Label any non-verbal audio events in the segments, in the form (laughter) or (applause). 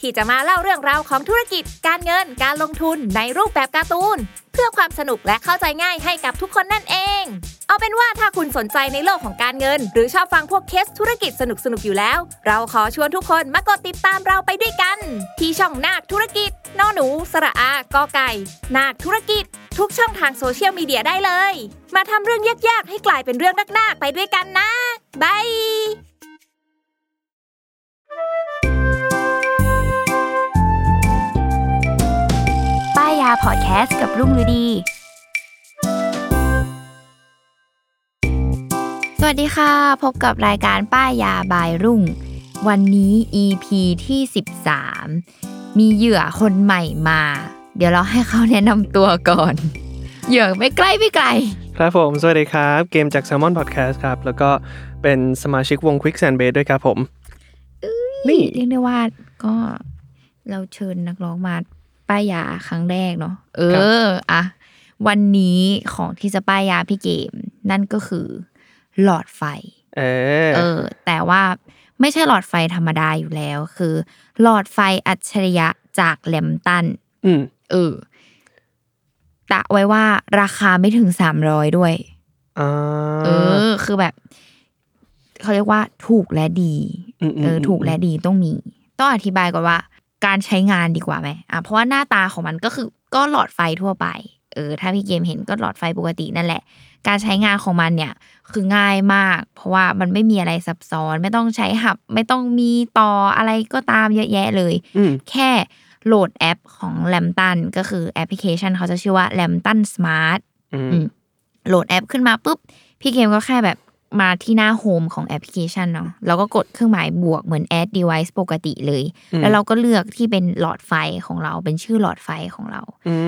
ที่จะมาเล่าเรื่องราวของธุรกิจ การเงินการลงทุนในรูปแบบการ์ตูน เพื่อความสนุกและเข้าใจง่ายให้กับทุกคนนั่นเอง เอาเป็นว่าถ้าคุณสนใจในโลกของการเงิน หรือชอบฟังพวกเคสธุรกิจสนุกๆอยู่แล้ว เราขอชวนทุกคนมากดติดตามเราไปด้วยกัน ที่ช่องนาคธุรกิจนอหนู สระอากอไก่ นาคธุรกิจ ทุกช่องทางโซเชียลมีเดียได้เลย มาทำเรื่องยากๆ ให้กลายเป็นเรื่องนักๆไปด้วยกันนะบาย ป้ายยาพอดแคสต์กับรุ่งฤดี สวัสดีค่ะ พบกับรายการป้ายยาบายรุ่ง วันนี้ EP ที่ 13 มีเหยื่อคนใหม่มา เดี๋ยวเราให้เขาแนะนำตัวก่อน เหยื่อไม่ใกล้ไม่ไกล ครับผม สวัสดีครับ เกมจาก Salmon Podcast ครับ แล้วก็เป็นสมาชิกวง Quick Sand Base ด้วยครับผม นี่ เรียกได้ว่าก็เราเชิญนักร้องมาป้ายยาครั้งแรกเนาะเอ ครับ ออะวันนี้ของที่จะป้ายยาพี่เกม นั่นก็คือหลอดไฟ เออ เออ แต่ว่าไม่ใช่หลอดไฟธรรมดาอยู่แล้ว คือ หลอดไฟอัจฉริยะจากแลมตัน อืม เออตะไว้ว่าราคาไม่ถึงสามร้อยด้วย อ่า เออ คือแบบ เขาเรียกว่าถูกและดี ม เออถูกและดีต้องมี ต้องอธิบายก่อนว่า การใช้งานดีกว่าไหมอ่ะเพราะว่าหน้าตาของมันก็คือก็หลอดไฟทั่วไป เออ ถ้าพี่เกมเห็นก็หลอดไฟปกตินั่นแหละ การใช้งานของมันเนี่ย คือง่ายมาก เพราะว่ามันไม่มีอะไรซับซ้อน ไม่ต้องใช้หับ ไม่ต้องมีต่ออะไรก็ตามเยอะแยะเลย อืม แค่โหลดแอปของแลมตันก็คือแอปพลิเคชันเขาจะชื่อว่าแลมตันสมาร์ท อืม อืมโหลดแอปขึ้นมาปุ๊บ พี่เกมก็แค่แบบมาที่หน้าโฮมของแอปพลิเคชันเนาะแล้วก็กดเครื่องหมายบวกเหมือน add device ปกติเลย แล้วเราก็เลือกที่เป็นหลอดไฟของเราเป็นชื่อหลอดไฟของเรา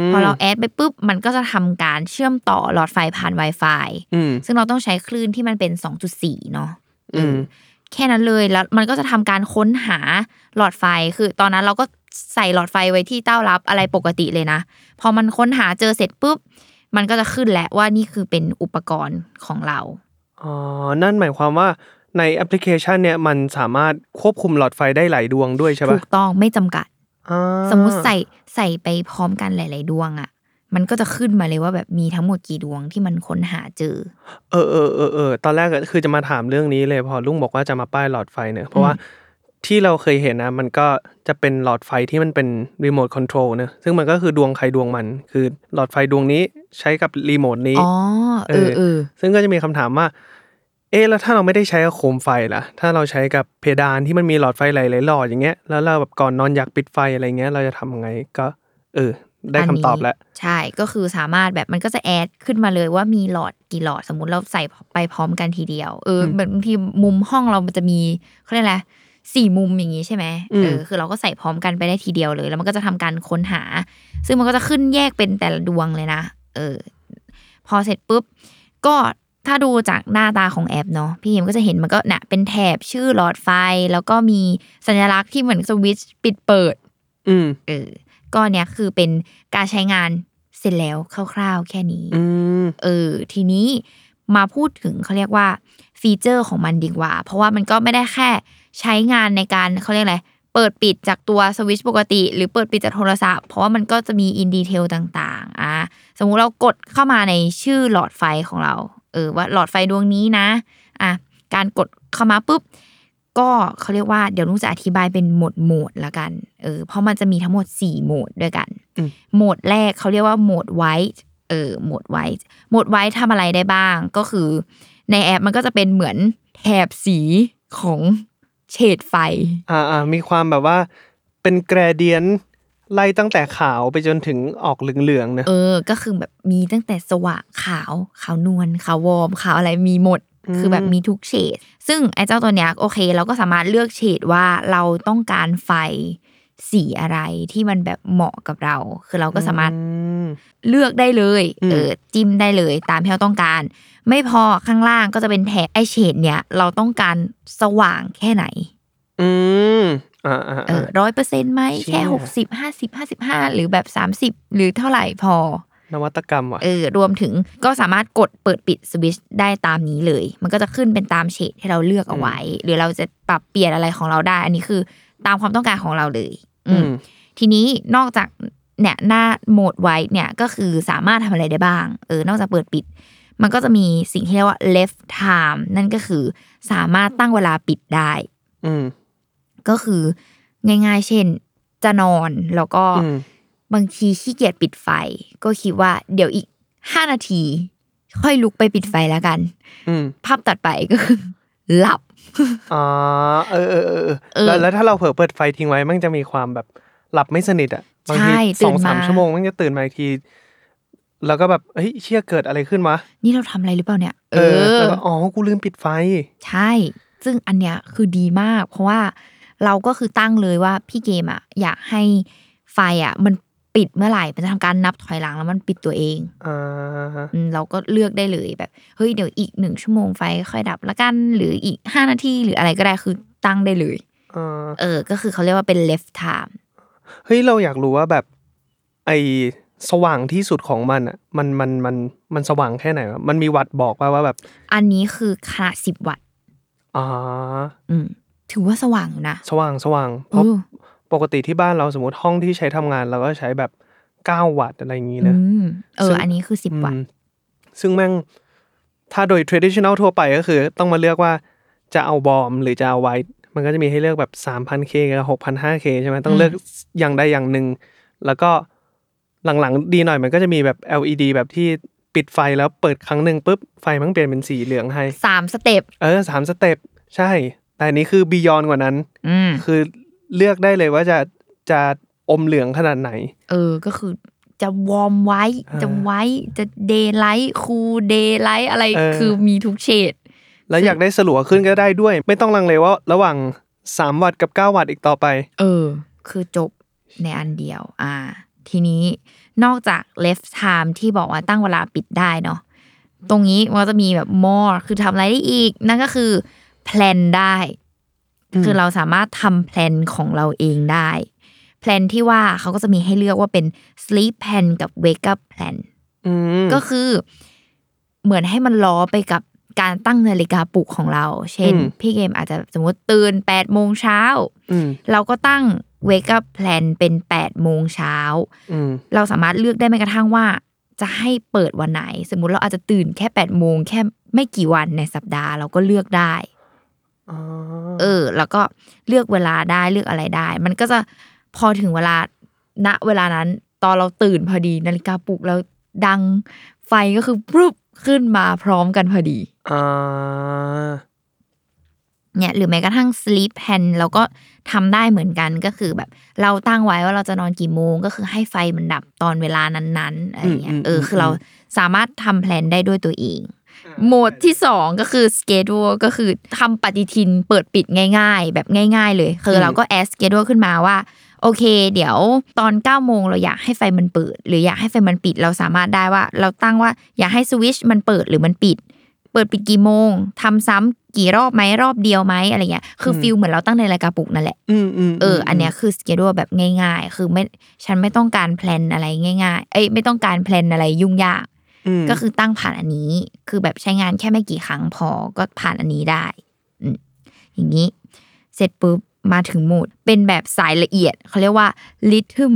ม พอเราแอดไปปุ๊บ มันก็จะทำการเชื่อมต่อหลอดไฟผ่าน Wi-Fi อืม ซึ่งเราต้องใช้คลื่นที่มันเป็น 2.4 เนาะ อืม แค่นั้นเลยแล้วมันก็จะทำการค้นหาหลอดไฟคือ ตอนนั้นเราก็ใส่หลอดไฟไว้ที่เต้ารับอะไรปกติเลยนะ พอมันค้นหาเจอเสร็จปุ๊บ มันก็จะขึ้นแหละว่านี่คือเป็นอุปกรณ์ของเรา อ๋อ นั่นหมายความว่าในแอปพลิเคชันเนี่ยมันสามารถควบคุมหลอดไฟได้หลายดวงด้วยใช่ ถู ป่ะ กต้องไม่จำกัด อ่า สมมุติใส่ใส่ไปพร้อมกันหลาย ๆ ดวงอะ่ะ มันก็จะขึ้นมาเลยว่าแบบมีทั้งหมดกี่ดวงที่มันค้นหาเจอ เออเออเออเออตอนแรกก็คือจะมาถามเรื่องนี้เลย พอลุงบอกว่าจะมาป้ายหลอดไฟเนี่ย เพราะว่าที่เราเคยเห็นนะ มันก็จะเป็นหลอดไฟที่มันเป็นรีโมทคอนโทรลเนอะซึ่งมันก็คือดวงใครดวงมัน คือหลอดไฟดวงนี้ใช้กับรีโมทนี้ อ๋อเออเออ ซึ่งก็จะมีคำถามว่า เอ๊ะแล้วถ้าเราไม่ได้ใช้กับโคมไฟล่ะ ถ้าเราใช้กับเพดานที่มันมีหลอดไฟหลายๆหลอดอย่างเงี้ย แล้วเราแบบก่อนนอนอยากปิดไฟอะไรเงี้ย เราจะทำยังไงก็ เออ ได้คำตอบแล้ว ใช่ก็คือสามารถแบบมันก็จะแอดขึ้นมาเลยว่ามีหลอดกี่หลอดสมมุติเราใส่ไปพร้อมกันทีเดียว เออ อืม เหมือนบางทีมุมห้องเรามันจะมีเขาเรียกอะไรสี่มุมอย่างนี้ใช่ไหม อืม เออคือเราก็ใส่พร้อมกันไปได้ทีเดียวเลย แล้วมันก็จะทำการค้นหา ซึ่งมันก็จะขึ้นแยกเป็นแต่ละดวงเลยนะ เออ พอเสร็จปุ๊บ ก็ถ้าดูจากหน้าตาของแอปเนาะพี่เอ็มก็จะเห็นมันก็น่ะเป็นแถบชื่อหลอดไฟ แล้วก็มีสัญลักษณ์ที่เหมือนสวิตช์ปิดเปิด อืม เออก็เนี้ยคือเป็นการใช้งานเสร็จแล้วคร่าวๆ แค่นี้ อืม เออ ทีนี้มาพูดถึงเขาเรียกว่าฟีเจอร์ของมันดีกว่า เพราะว่ามันก็ไม่ได้แค่ใช้งานในการเขาเรียกอะไร เปิดปิดจากตัวสวิตชปกติ หรือเปิดปิดจากโทรศัพท์ เพราะว่ามันก็จะมีอินดีเทลต่างๆ อ่ะ สมมุติเรากดเข้ามาในชื่อหลอดไฟของเรา เออว่าหลอดไฟดวงนี้นะ อ่ะ การกดเข้ามาปุ๊บ ก็เขาเรียกว่าเดี๋ยวนุ้งจะอธิบายเป็นหมวดหมวดละกัน เออ เพราะมันจะมีทั้งหมด 4 หมวดด้วยกัน อืม หมวดแรกเขาเรียกว่าหมวดไวท์ เออ หมวดไวท์ หมวดไว้ทำอะไรได้บ้างก็คือ ในแอปมันก็จะเป็นเหมือนแถบสีของเฉดไฟ อ่าอ่ามีความแบบว่า เป็นแกรเดียนไล่ตั้งแต่ขาวไปจนถึงออกเหลืองๆเนอะ เออ ก็คือแบบมีตั้งแต่สว่างขาวขาวนวลขาววอร์มขาวอะไรมีหมด คือแบบมีทุกเฉด ซึ่งไอ้เจ้าตัวเนี้ยโอเค เราก็สามารถเลือกเฉดว่าเราต้องการไฟสีอะไรที่มันแบบเหมาะกับเรา คือเราก็สามารถ อืม เลือกได้เลย อืม เออจิ้มได้เลยตามที่เราต้องการ ไม่พอข้างล่างก็จะเป็นแถบไอเฉดเนี่ย เราต้องการสว่างแค่ไหน อืม อ่าอ่า เอ อ่า อร้อยเปอร์เซ็นต์ไหม เชี่ย แค่หกสิบห้าสิบห้าสิบห้าหรือแบบสามสิบหรือเท่าไหร่พอ นวัตกรรมว่ะ เออรวมถึงก็สามารถกดเปิดปิดสวิตชได้ตามนี้เลย มันก็จะขึ้นเป็นตามเฉดที่เราเลือกเอาไว้ หรือเราจะปรับเปลี่ยนอะไรของเราได้ อันนี้คือตามความต้องการของเราเลย อื อื ม ม ทีนี้นอกจากเนี่ยหน้าโหมดไว้เนี่ยก็คือสามารถทำอะไรได้บ้าง เออนอกจากเปิดปิด มันก็จะมีสิ่งที่เรียกว่า left time นั่นก็คือสามารถตั้งเวลาปิดได้ อืม ก็คือง่ายๆ เช่น จะนอนแล้วก็ อืม บางทีขี้เกียจปิดไฟ ก็คิดว่าเดี๋ยวอีกห้านาที ค่อยลุกไปปิดไฟแล้วกัน อืม ภาพตัดไป (laughs) ก็คือ หลับ อ่าเออเออเออ เออ แล้วแล้วถ้าเราเผลอเปิดไฟทิ้งไว้มันจะมีความแบบหลับไม่สนิทอ่ะบางที ใช่สตื่น องสาม มา ชั่วโมงมันจะตื่นมาอีกที แล้วก็แบบเฮ้ยเชี่ยเกิดอะไรขึ้นวะ นี่เราทำอะไรหรือเปล่าเนี่ย เออ แล้วก็อ๋อกูลืมปิดไฟ ใช่ ซึ่งอันเนี้ยคือดีมาก เพราะว่าเราก็คือตั้งเลยว่าพี่เกมอะอยากให้ไฟอะมันปิดเมื่อไหร่ มันจะทำการนับถอยหลังแล้วมันปิดตัวเอง อ่า อืมเราก็เลือกได้เลยแบบเฮ้ยเดี๋ยวอีกหนึ่งชั่วโมงไฟค่อยดับละกัน หรืออีกห้านาทีหรืออะไรก็ได้คือตั้งได้เลย อ่า เออ ก็คือเขาเรียกว่าเป็น left time เฮ้ยเราอยากรู้ว่าแบบไอสว่างที่สุดของมันอ่ะ มันมันมันมันสว่างแค่ไหนวะมันมีวัดบอกว่าว่าแบบ อันนี้คือขนาดสิบวัตต์ อ่า อืม ถือว่าสว่างอยู่นะ สว่างสว่างเพ เอ ราะ อ ปกติที่บ้านเราสมมติห้องที่ใช้ทำงานเราก็ใช้แบบเก้าวัตต์อะไรอย่างนี้ อื นะ มเอ ซึ่ อ ง อันนี้คือสิบวัต อืมต์ซึ่งแม่งถ้าโดย traditional ทั่วไปก็คือ ต้องมาเลือกว่าจะเอาบอมหรือจะเอาไวท์มันก็จะมีให้เลือกแบบ 3,000K กับ 6,500K ใช่ไหมต้องเลือกอย่างใดอย่างหนึ่ง แล้วก็หลังๆ ดีหน่อยมันก็จะมีแบบ LED แบบที่ปิดไฟแล้วเปิดครั้งหนึ่งปุ๊บ ไฟมันเปลี่ยนเป็นสีเหลืองให้ สามสเต็ป เออสามสเต็ปใช่ แต่อันนี้คือ beyond กว่านั้น อืม คือเลือกได้เลยว่าจะจะอมเหลืองขนาดไหน เออ ก็คือจะวอร์มไว้ อ่า จะไว้จะเดย์ไลท์คูเดย์ไลท์อะไร เออ คือมีทุกเฉด แล้ว ซึ่ง อยากได้สลัวขึ้นก็ได้ด้วย ไม่ต้องลังเลว่าระหว่าง 3 วัตต์กับ 9 วัตต์อีกต่อไป เออ คือจบในอันเดียว อ่า ทีนี้นอกจาก left time ที่บอกว่าตั้งเวลาปิดได้เนาะ ตรงนี้มันก็จะมีแบบ more คือทำอะไรได้อีก นั่นก็คือ plan ได้ อืม คือเราสามารถทำ plan ของเราเองได้ plan ที่ว่าเขาก็จะมีให้เลือกว่าเป็น sleep plan กับ wake up plan อืม ก็คือเหมือนให้มันล้อไปกับการตั้งนาฬิกาปลุกของเรา เช่น อืม พี่เกมอาจจะสมมติตื่น8โมงเช้า อืม เราก็ตั้ง wake up plan เป็น8โมงเช้า อืม เราสามารถเลือกได้แม้กระทั่งว่า จะให้เปิดวันไหน สมมุติเราอาจจะตื่นแค่8โมงแค่ไม่กี่วันในสัปดาห์เราก็เลือกได้ อ๋อ เออ แล้วก็เลือกเวลาได้เลือกอะไรได้ มันก็จะพอถึงเวลาณเวลานั้น ตอนเราตื่นพอดีนาฬิกาปลุกเราดังไฟก็คือปรึบขึ้นมาพร้อมกันพอดี อ่า เนี่ยหรือแม้กระทั่ง sleep plan เราก็ทำได้เหมือนกันก็คือแบบ เราตั้งไว้ว่าเราจะนอนกี่โมง ก็คือให้ไฟมันดับตอนเวลานั้นๆอะไรเงี้ยเออคือเราสามารถทำแพลนได้ด้วยตัวเอง โหมดที่สองก็คือ schedule ก็คือทำปฏิทินเปิดปิดง่าย ๆ แบบง่าย ๆ เลย คือเราก็ add schedule ขึ้นมาว่า โอเค เดี๋ยวตอน9ก้าโมงเราอยากให้ไฟมันเปิด หรืออยากให้ไฟมันปิดเราสามารถได้ว่า เราตั้งว่าอยากให้สวิตชมันเปิดหรือมันปิด เปิดปิดกี่โมงทำซ้ำกี่รอบไหมรอบเดียวไหมอะไรเงี้ยคือฟิลเหมือนเราตั้งในรายการปลุกนั่นแหละ อืมอืม เออ อันเนี้ยคือสเกดูแบบง่าย ๆ คือไม่ ฉันไม่ต้องการแพลนอะไรง่าย ๆ เอ้ย ไม่ต้องการแพลนอะไรยุ่งยาก ม ก็คือตั้งผ่านอันนี้ คือแบบใช้งานแค่ไม่กี่ครั้งพอ ก็ผ่านอันนี้ได้อืมอย่างนี้ เสร็จปุ๊บ มาถึงโหมด เป็นแบบสายละเอียด เขาเรียกว่าลิทึม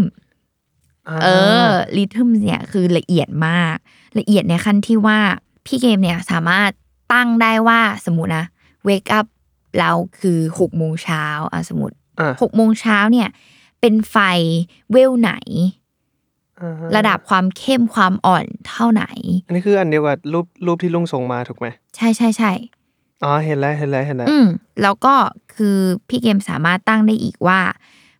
า เออลิทึมเนี่ยคือละเอียดมาก ละเอียดในขั้นที่ว่าพี่เกมเนี่ยสามารถตั้งได้ว่าสมมตินะเวกอัพเราคือหกโมงเช้าอ่ะสมมติ อ่ะ หกโมงเช้าเนี่ย เป็นไฟเวลไหน อ่า ระดับความเข้มความอ่อนเท่าไหน อันนี้คืออันเดียวกับรูปรูปที่ลุงส่งมาถูกไหม ใช่ใช่ใช่ อ๋อเห็นแล้วเห็นแล้วเห็นแล้ว อืมแล้วก็คือพี่เกมสามารถตั้งได้อีกว่า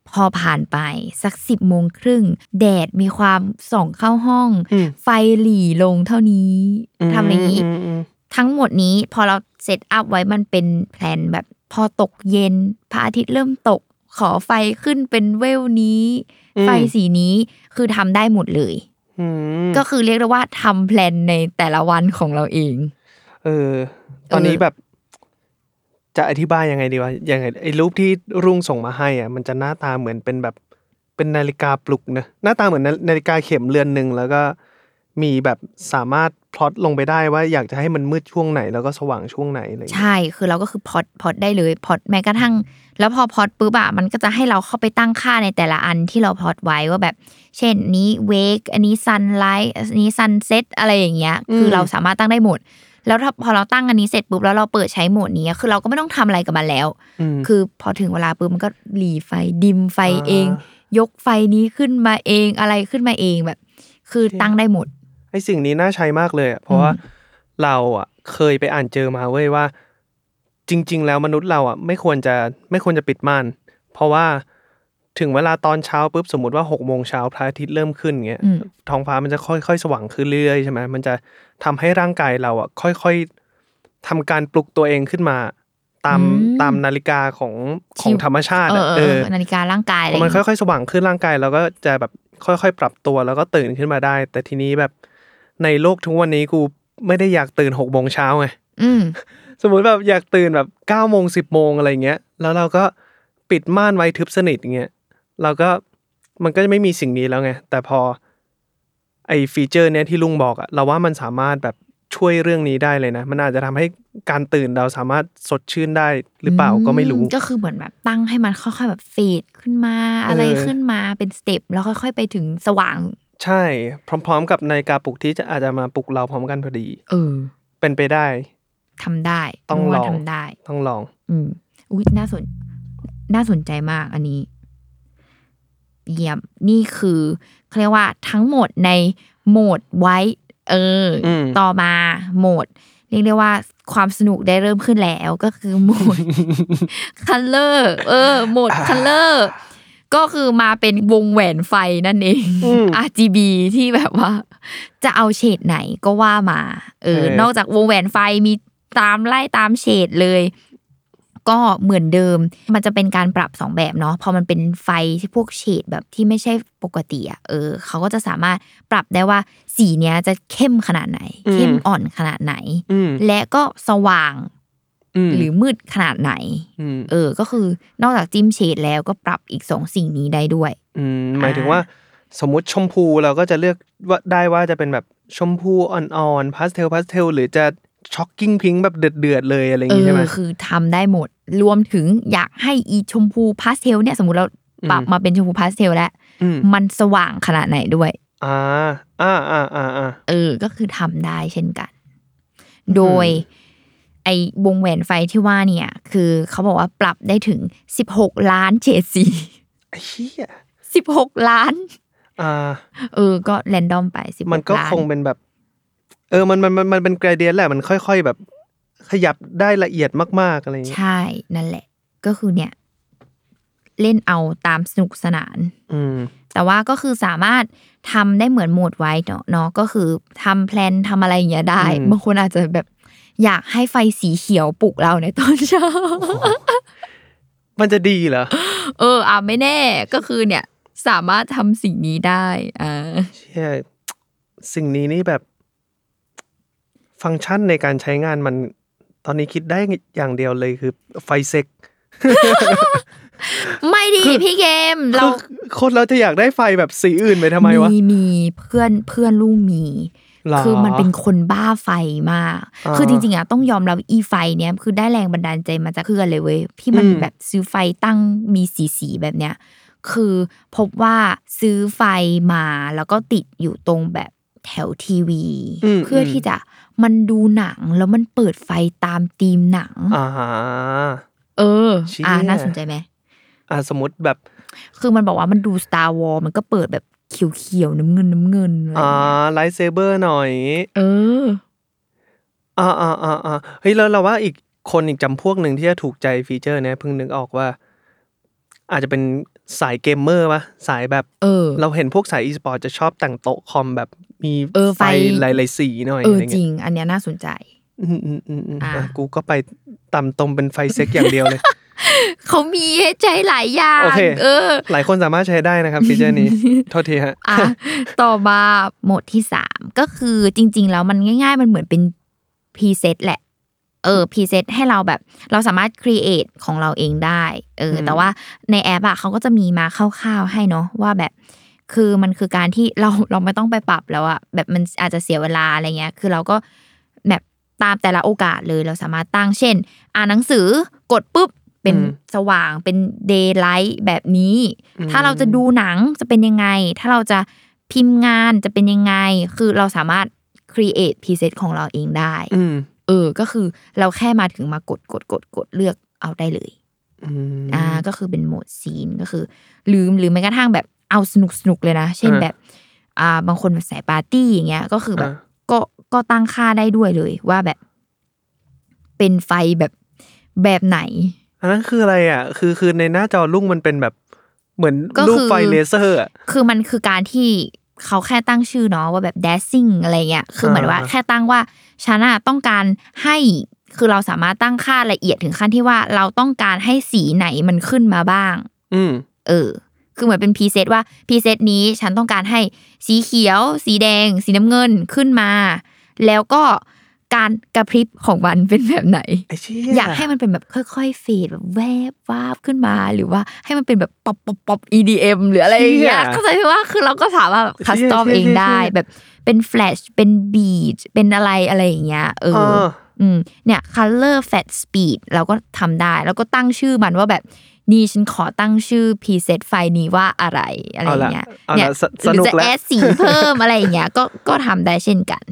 พอผ่านไปสักสิบโมงครึ่งแดดมีความส่องเข้าห้อง อืม ไฟหลีลงเท่านี้ ม ทำอย่างนี้ มอืม ทั้งหมดนี้พอเราเซตอัพไว้มันเป็นแผนแบบพอตกเย็นพระอาทิตย์เริ่มตก ขอไฟขึ้นเป็นเวลนี้ อืม ไฟสีนี้คือทำได้หมดเลย อืม ก็คือเรียกได้ว่าทำแพลนในแต่ละวันของเราเอง เออ ตอนนี้แบบ จะอธิบายยังไงดีวะอย่างไงไอ้รูปที่รุ่งส่งมาให้อ่ะมันจะหน้าตาเหมือนเป็นแบบเป็นนาฬิกาปลุกนะหน้าตาเหมือนนานาฬิกาเข็มเรือนหนึ่งแล้วก็มีแบบสามารถพลอตลงไปได้ว่าอยากจะให้มันมืดช่วงไหนแล้วก็สว่างช่วงไหนอะไรอย่างเงี้ย ใช่คือเราก็คือพอดพอดได้เลยพอดแม้กระทั่ง แล้วพอพอดปุ๊บอะมันก็จะให้เราเข้าไปตั้งค่าในแต่ละอันที่เราพอดไว้ว่าแบบ เช่นนี้เวกอันนี้ซันไลท์อันนี้ซันเซ็ตอะไรอย่างเงี้ย คือเราสามารถตั้งได้หมด แล้วถ้าพอเราตั้งอันนี้เสร็จปุ๊บแล้วเราเปิดใช้โหมดนี้คือเราก็ไม่ต้องทำอะไรกับมันแล้ว ม คือพอถึงเวลาปุ๊บมันก็หลีไฟดิมไฟ อ่า เอง ยกไฟนี้ขึ้นมาเองอะไรขึ้นมาเองแบบ คือ เท่ ตั้งได้หมด ไอ้สิ่งนี้น่าใช้มากเลยอะเพราะว่าเราอ่ะเคยไปอ่านเจอมาเว้ยว่า จริง ๆ แล้วมนุษย์เราอ่ะไม่ควรจะไม่ควรจะปิดม่านเพราะว่าถึงเวลาตอนเช้าปุ๊บสมมติว่าหกโมงเช้าพระอาทิตย์เริ่มขึ้นเงี้ย อืม ท้องฟ้ามันจะค่อยๆ สว่างขึ้นเรื่อยๆใช่ไหมมันจะทำให้ร่างกายเราอ่ะค่อยๆทำการปลุกตัวเองขึ้นมา ตาม อืม ตามนาฬิกาของของธรรมชาติ เอ อะ อเออ เอ เอ อ อนาฬิการ่างกายอะ พอไรอย่าง มัน เงี้ย ค่อยๆ สว่างขึ้นร่างกายเราก็จะแบบค่อยๆ ปรับตัวแล้วก็ตื่นขึ้นมาได้ แต่ทีนี้แบบในโลกทุกวันนี้กูไม่ได้อยากตื่นหกโมงเช้าไง อืม สมมติแบบอยากตื่นแบบเก้าโมงสิบโมงอะไรเงี้ยแล้วเราก็ปิดม่านไว้ทึบสนิทอย่างเงี้ยเราก็มันก็จะไม่มีสิ่งนี้แล้วไงแต่พอไอฟีเจอร์เนี้ยที่ลุงบอกอะเราว่ามันสามารถแบบช่วยเรื่องนี้ได้เลยนะ มันอาจจะทำให้การตื่นเราสามารถสดชื่นได้หรือเปล่าก็ไม่รู้ อืก็คือเหมือนแบบตั้งให้มันค่อยๆแบบเฟดขึ้นมาอะไร เออ ขึ้นมาเป็นสเต็ปแล้วค่อยๆไปถึงสว่าง ใช่ พร้อม ๆ กับนาฬิกาปลุกที่จะอาจจะมาปลุกเราพร้อมกันพอดี เออ เป็นไปได้ ทำได้ ต้อง ว่า ลอง ทำได้ ต้องลอง อืมอุ้ยน่าสน น่าสนใจมากอันนี้ เยี่ยมนี่คือเขาเรียกว่าทั้งหมดในโหมดไว้ เอออ ม ต่อมาโหมด เรียกได้ว่าความสนุกได้เริ่มขึ้นแล้วก็คือโหม (laughs) ด คัลเลอร์เออ โหมดคัลเลอร์ ก็คือมาเป็นวงแหวนไฟนั่นเอง อืม RGB ที่แบบว่า จะเอาเฉดไหนก็ว่ามา เออ เออ นอกจากวงแหวนไฟมีตามไล่ตามเฉดเลย ก็เหมือนเดิม มันจะเป็นการปรับสองแบบเนาะ พอมันเป็นไฟที่พวกเฉดแบบที่ไม่ใช่ปกติอะเออ เขาก็จะสามารถปรับได้ว่าสีเนี้ยจะเข้มขนาดไหน เข้มอ่อนขนาดไหน อืม และก็สว่าง อืม หรือมืดขนาดไหน อืม เออ ก็คือนอกจากจิ้มเฉดแล้วก็ปรับอีกสองสิ่งนี้ได้ด้วย อืมหมายถึงว่า สมมติชมพูเราก็จะเลือกว่าได้ว่าจะเป็นแบบชมพูอ่อนๆพาสเทลพาสเทลหรือจะช็อกกิ้งพิงแบบเดือดๆเลยอะไรอย่า เอง งี้ใช่ไหม อ คือทำได้หมด รวมถึงอยากให้อีชมพูพาสเทลเนี่ย สมมติเราปรับ อืม มาเป็นชมพูพาสเทลแล้ว อืม มันสว่างขนาดไหนด้วย อ่าอ่าอ่าอ่าอ่า เออ ก็คือทำได้เช่นกัน โดย ไอวงแหวนไฟที่ว่าเนี่ย คือเขาบอกว่าปรับได้ถึง 16 ล้านเฉดสี (laughs) ไอ้เหี้ย 16 ล้าน อ่า เออ ก็แรนดอมไป16ล้าน มันก็คงเป็นแบบ เออมันมันมันมันเป็นกรเดียนแหละมันค่อย ๆ แบบ ขยับได้ละเอียดมากๆอะไรอย่างเงี้ย ใช่นั่นแหละ ก็คือเนี่ย เล่นเอาตามสนุกสนาน อืม แต่ว่าก็คือสามารถทำได้เหมือนโหมดไว้เนอะเนาะก็คือทำแพลนทำอะไรอย่างเงี้ยได้ อืม บางคนอาจจะแบบ อยากให้ไฟสีเขียวปลุกเราในตอนเช้า มันจะดีเหรอ เอออ่ะไม่แน่ก็คือเนี่ย สามารถทำสิ่งนี้ได้อ่า เชี่ยสิ่งนี้นี่แบบ ฟังก์ชันในการใช้งานมัน ตอนนี้คิดได้อย่างเดียวเลยคือ ไฟเซ็ก ไม่ดีพี่เกมเรา คือคนเราจะอยากได้ไฟแบบสีอื่นไปทำไมวะ มีเพื่อนเพื่อนลูกมี หร คือมันเป็นคนบ้าไฟมาก อ่า คือจริงๆอะต้องยอมรับอีไฟเนี้ยคือได้แรงบันดาลใจมาจากเพื่อนเลยเว้ยที่มัน อืม แบบซื้อไฟตั้งมีสีสีๆแบบเนี้ย คือพบว่าซื้อไฟมาแล้วก็ติดอยู่ตรงแบบแถวทีวี อืม เพื่ออ ม ที่จะมันดูหนังแล้วมันเปิดไฟตามธีมหนัง อ่าฮะ เออ เชี่ อ่าย น่าสนใจไหม อ่าสมมติแบบ คือมันบอกว่ามันดู Star War มันก็เปิดแบบเขียวๆน้ำเงินน้ำเงินอะไรอ อ่า ย่างเงี้ย ไลท์เซเบอร์หน่อย เออ อ่าอ่าอ่าอ่าเฮ้ยแล้วเราว่าอีกคนอีกจำพวกหนึ่งที่จะถูกใจฟีเจอร์เนี้ยเพิ่งนึกออกว่า อาจจะเป็นสายเกมเมอร์ปะสายแบบ เออ เราเห็นพวกสายอีสปอร์ตจะชอบแต่งโต๊ะคอมแบบมี เออไฟ หลายๆสีหน่อย เอ อะ อ ไร จ เงี้ ริ ย ง อันเนี้ยน่าสนใจ อืมอืมอืมอืม อ่า อ่ะกูก็ไปต่ำตมเป็นไฟเซ็กอย่างเดียว (laughs) เลย เขามีให้ใช้หลายอย่าง โอเค อ หลายคนสามารถใช้ได้นะครับฟีเจอร์ (laughs) นี้ โทษทีฮะ อ่ะ (laughs) ต่อมาโหมดที่สามก็คือจริง ๆ แล้วมันง่าย ๆ มันเหมือนเป็นพรีเซตแหละ เ เออพรีเซตให้เราแบบเราสามารถครีเอทของเราเองได้เอออ ม แต่ว่าในแอปอะเขาก็จะมีมาคร่าวๆให้เนาะว่าแบบ คือมันคือการที่ (laughs) เรา เราไม่ต้องไปปรับแล้วอะแบบมันอาจจะเสียเวลาอะไรเงี้ย คือเราก็แบบตามแต่ละโอกาสเลยเราสามารถตั้งเช่น อ่านหนังสือกดปุ๊บเป็น อืม สว่างเป็นเดย์ไลท์แบบนี้ อืม ถ้าเราจะดูหนังจะเป็นยังไง ถ้าเราจะพิมพ์งานจะเป็นยังไง คือเราสามารถ create preset ของเราเองได้ อืม เออ ก็คือเราแค่มาถึงมากดกดกดกดเลือกเอาได้เลย อืม อ่าก็คือเป็นโหมดซีนก็คือ ลืมหรือแม้กระทั่งแบบเอาสนุกสนุกเลยนะ เช่น อ่า แบบ อ่าบางคนแบบสายปาร์ตี้อย่างเงี้ย ก็คือแบบ อ่า ก็ก็ตั้งค่าได้ด้วยเลยว่าแบบ เป็นไฟแบบแบบไหน อันนั้นคืออะไรอ่ะ คือคือในหน้าจอลุงมันเป็นแบบเหมือน ก็ รูป คือ ไฟเลเซอร์อ่ะ คือมันคือการที่เขาแค่ตั้งชื่อเนาะว่าแบบ dancing อะไรเงี้ยคือเหมือนว่า อ่า แค่ตั้งว่าฉันอะต้องการให้คือเราสามารถตั้งค่าละเอียดถึงขั้นที่ว่าเราต้องการให้สีไหนมันขึ้นมาบ้าง อืม เออ คือเหมือนเป็นพรีเซตว่าพรีเซตนี้ฉันต้องการให้สีเขียว สีแดง สีน้ำเงินขึ้นมา แล้วก็การกระพริบของมันเป็นแบบไหน ไอ้เชี่ย อยากให้มันเป็นแบบค่อยๆเฟดแบบแวบวาบขึ้นมา หรือว่าให้มันเป็นแบบป๊อปป๊อปป๊อป EDM หรืออะไรอย่างเงี้ยเข้าใจไหมว่าคือเราก็สามารถแบบคัสตอมเองได้แบบเป็นแฟลชเป็นบีทเป็นอะไรอะไรอย่างเงี้ยเอ เอ อ อ อืมเนี่ย color fat speed เราก็ทำได้ แล้วก็ตั้งชื่อมันว่าแบบนี่ฉันขอตั้งชื่อ preset ไฟล์นี้ว่าอะไรอะไรอย่างเงี้ย เอาละ เนี่ย เอาละส หรื นุก จะ แล้ว แอดสีเพิ่ม อะไรอย่างเงี้ย (laughs) ก็ก็ทำได้เช่นกัน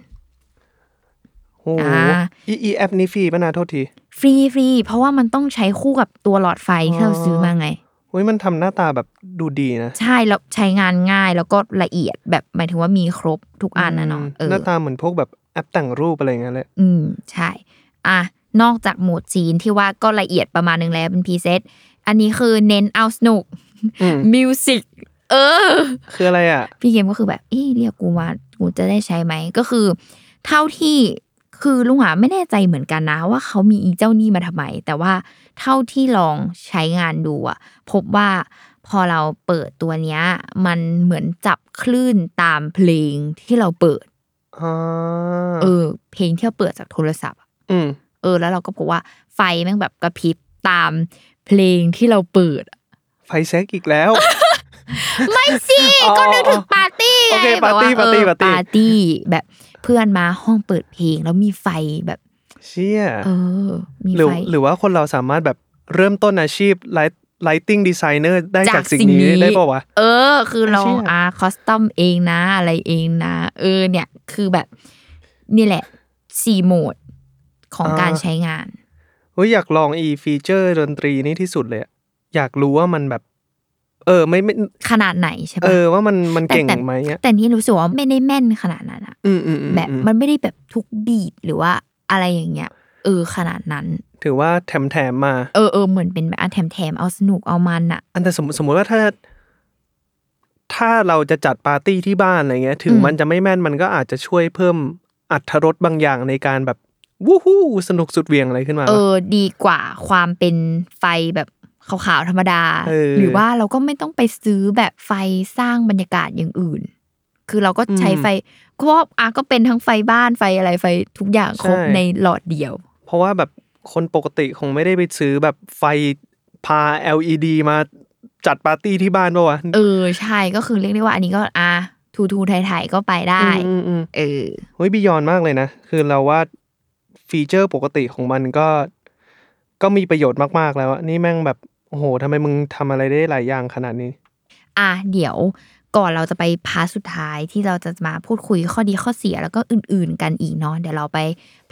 โอ้โห อ่า อีอีแอปนี้ฟรีป่ะนะโทษที ฟรีฟรีเพราะว่ามันต้องใช้คู่กับตัวหลอดไฟที่เราซื้อมาไง เฮ้ยมันทำหน้าตาแบบดูดีนะ ใช่แล้วใช้งานง่ายแล้วก็ละเอียดแบบหมายถึงว่ามีครบทุกอันนะเนาะ ม เออ หน้าตาเหมือนพวกแบบแอปแต่งรูปอะไรอย่างเงี้ยเลย อืม ใช่ อ่ะ นอกจากโหมดซีนที่ว่าก็ละเอียดประมาณนึงแล้วเป็นพรีเซตอันนี้คือเน้นเอาสนุก อืม มิวสิกเออ คืออะไรอ่ะ พี่เกมก็คือแบบ เอ๊ะเรียกกูมากูจะได้ใช้ไหม ก็คือ เท่าที่คือลุงหาไม่แน่ใจเหมือนกันนะ ว่าเขามีอีเจ้านี่มาทำไม แต่ว่าเท่าที่ลองใช้งานดูอะพบว่าพอเราเปิดตัวเนี้ย มันเหมือนจับคลื่นตามเพลงที่เราเปิด อ๋อ เออ เพลงที่เราเปิดจากโทรศัพท์ อืม เออแล้วเราก็พบว่าไฟแม่งแบบกระพริบตามเพลงที่เราเปิดอะ ไฟแซกอีก (laughs) แล้ว ไม่สิ อ๋อ ก็นึกถึงปาร์ตี้ โอ ไง เค แบบว่า ปาร์ตี้ เออ ปาร์ตี้ ปาร์ตี้แบบเพื่อนมาห้องเปิดเพลงแล้วมีไฟแบบ เชี่ย เออ มี หรือ ไฟ หรือว่าคนเราสามารถแบบเริ่มต้นอาชีพไลท์ไลติงดีไซเนอร์ได้จากสิ่งนี้ได้ป่าวะ เออ คือเรา ไม่เชื่ออ่ อาคอสตอมเองนะอะไรเองนะ เออเนี่ยคือแบบนี่แหละสี่โหมดของการใช้งาน เฮ้ยอยากลองอีฟีเจอร์ดนตรีนี่ที่สุดเลยอะอยากรู้ว่ามันแบบ เออ ไม่ไม่ ขนาดไหนใช่ เอ ปะ อว่ามันมัน แต่ เก่ง แต่ ไหมอ่ะ แต่นี่รู้สึกว่าไม่ได้แม่นขนาดนั้นอะ อืมอืมอืม แบบ อืม มันไม่ได้แบบทุกบีดหรือว่าอะไรอย่างเงี้ยเออขนาดนั้น ถือว่าแถมแถมๆมา เออเออเหมือนเป็นแบบอ่ะแถมแถมๆเอาสนุกเอามันอะ อันแต่สมมติสมมติว่าถ้า ถ้าเราจะจัดปาร์ตี้ที่บ้านอะไรเงี้ย ถึง อืม มันจะไม่แม่นมันก็อาจจะช่วยเพิ่มอัตรถรสบางอย่างในการแบบวู้ฮู้สนุกสุดเหวียงอะไรขึ้นมา เอ วะ อดีกว่าความเป็นไฟแบบขาวๆธรรมดา เออ หรือว่าเราก็ไม่ต้องไปซื้อแบบไฟสร้างบรรยากาศอย่างอื่น คือเราก็ใช้ อืม ไฟเพราะว่าอ่ะก็เป็นทั้งไฟบ้านไฟอะไรไฟทุกอย่างครบ ใช่ ในหลอดเดียว เพราะว่าแบบคนปกติคงไม่ได้ไปซื้อแบบไฟพา LED มาจัดปาร์ตี้ที่บ้านป่าวะ เออใช่ก็คือเรียกได้ว่าอันนี้ก็อ่ะทูทูไทยๆก็ไปได้ อืมอืม เออ เฮ้ยบียอนมากเลยนะ คือเราว่าฟีเจอร์ปกติของมันก็ ก็มีประโยชน์มากๆแล้วอะนี่แม่งแบบ โอ้โหทำไมมึงทำอะไรได้หลายอย่างขนาดนี้ อ่ะเดี๋ยวก่อนเราจะไปพาร์ทสุดท้ายที่เราจะมาพูดคุยข้อดีข้อเสียแล้วก็อื่นๆกันอีกเนาะเดี๋ยวเราไป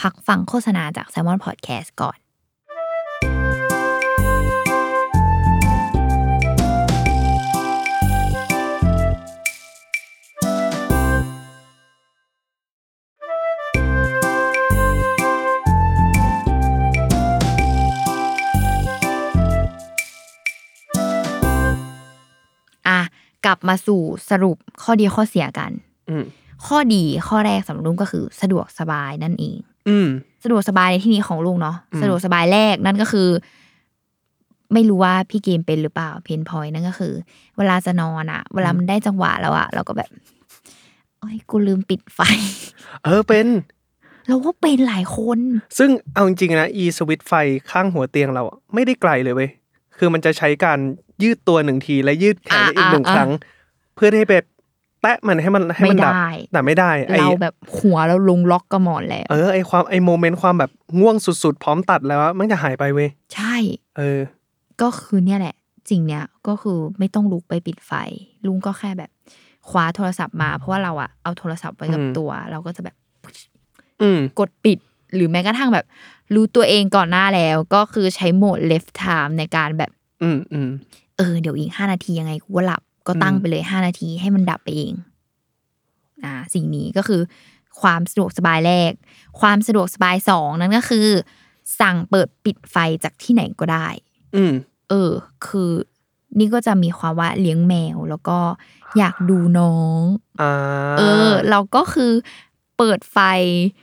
พักฟังโฆษณาจาก s ซ m o n Podcast ก่อน อ่ะกลับมาสู่สรุปข้อดีข้อเสียกัน อืม ข้อดีข้อแรกสำหรับลุงก็คือสะดวกสบายนั่นเอง อืม สะดวกสบายในที่นี้ของลุงเนาะ อืม สะดวกสบายแรกนั่นก็คือ ไม่รู้ว่าพี่เกมเป็นหรือเปล่าเพนพอยนั่นก็คือ เวลาจะนอนอะเวลามันได้จังหวะแล้วอะเราก็แบบโอ้ยกูลืมปิดไฟ เออเป็น (laughs) เราว่าเป็นหลายคน ซึ่งเอาจริงๆนะ อีสวิตช์ไฟข้างหัวเตียงเราอะไม่ได้ไกลเลยเว้ย คือมันจะใช้การยืดตัวหนึ่งทีและยืดแขนได้อีกหนึ่งครั้ง เพื่อให้แบบแตะมันให้มันให้ ไม่ มันดับ ได้ แต่ไม่ได้ไอ เราแบบหัวเราลงล็อกกระหมอนแล้ว เออไอความไอโมเมนต์ความแบบง่วงสุดๆ พร้อมตัดแล้วอะมันจะหายไปเว้ย ใช่ เออ ก็คือเนี่ยแหละสิ่งเนี้ยก็คือไม่ต้องลุกไปปิดไฟ ลุงก็แค่แบบคว้าโทรศัพท์มา เพราะว่าเราอะเอาโทรศัพท์ไว้กับ อืม ตัว เราก็จะแบบ อืม กดปิด หรือแม้กระทั่งแบบ รู้ตัวเองก่อนหน้าแล้ว ก็คือใช้โหมด left time ในการแบบ อืมอืม เออเดี๋ยวอีกห้านาทียังไงกูว่าหลับก็ตั้ง อืม ไปเลยห้านาทีให้มันดับไปเอง อ่า สิ่งนี้ก็คือ ความสะดวกสบายแรก ความสะดวกสบายสองนั่นก็คือ สั่งเปิดปิดไฟจากที่ไหนก็ได้ อืม เออ คือ นี่ก็จะมีความว่าเลี้ยงแมว แล้วก็อยากดูน้อง อ่า เออ เราก็คือเปิดไฟ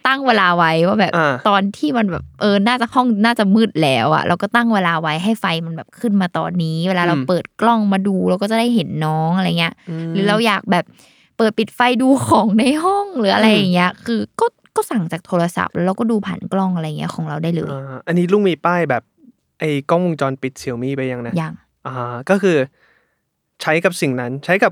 ตั้งเวลาไว้ว่าแบบ อ่า ตอนที่มันแบบเออน่าจะห้องน่าจะมืดแล้วอะเราก็ตั้งเวลาไว้ให้ไฟมันแบบขึ้นมาตอนนี้ เวลาเราเปิดกล้องมาดูเราก็จะได้เห็นน้องอะไรเงี้ย หรือเราอยากแบบเปิดปิดไฟดูของในห้องหรืออะไรอย่างเงี้ย คือก็ก็สั่งจากโทรศัพท์แล้วเราก็ดูผ่านกล้องอะไรเงี้ยของเราได้เลย อ่าอันนี้ลุงมีป้ายแบบ ไอ้กล้องวงจรปิดเสี่ยมี่ไปยังนะ อย่าง อ่าก็คือใช้กับสิ่งนั้น ใช้กับ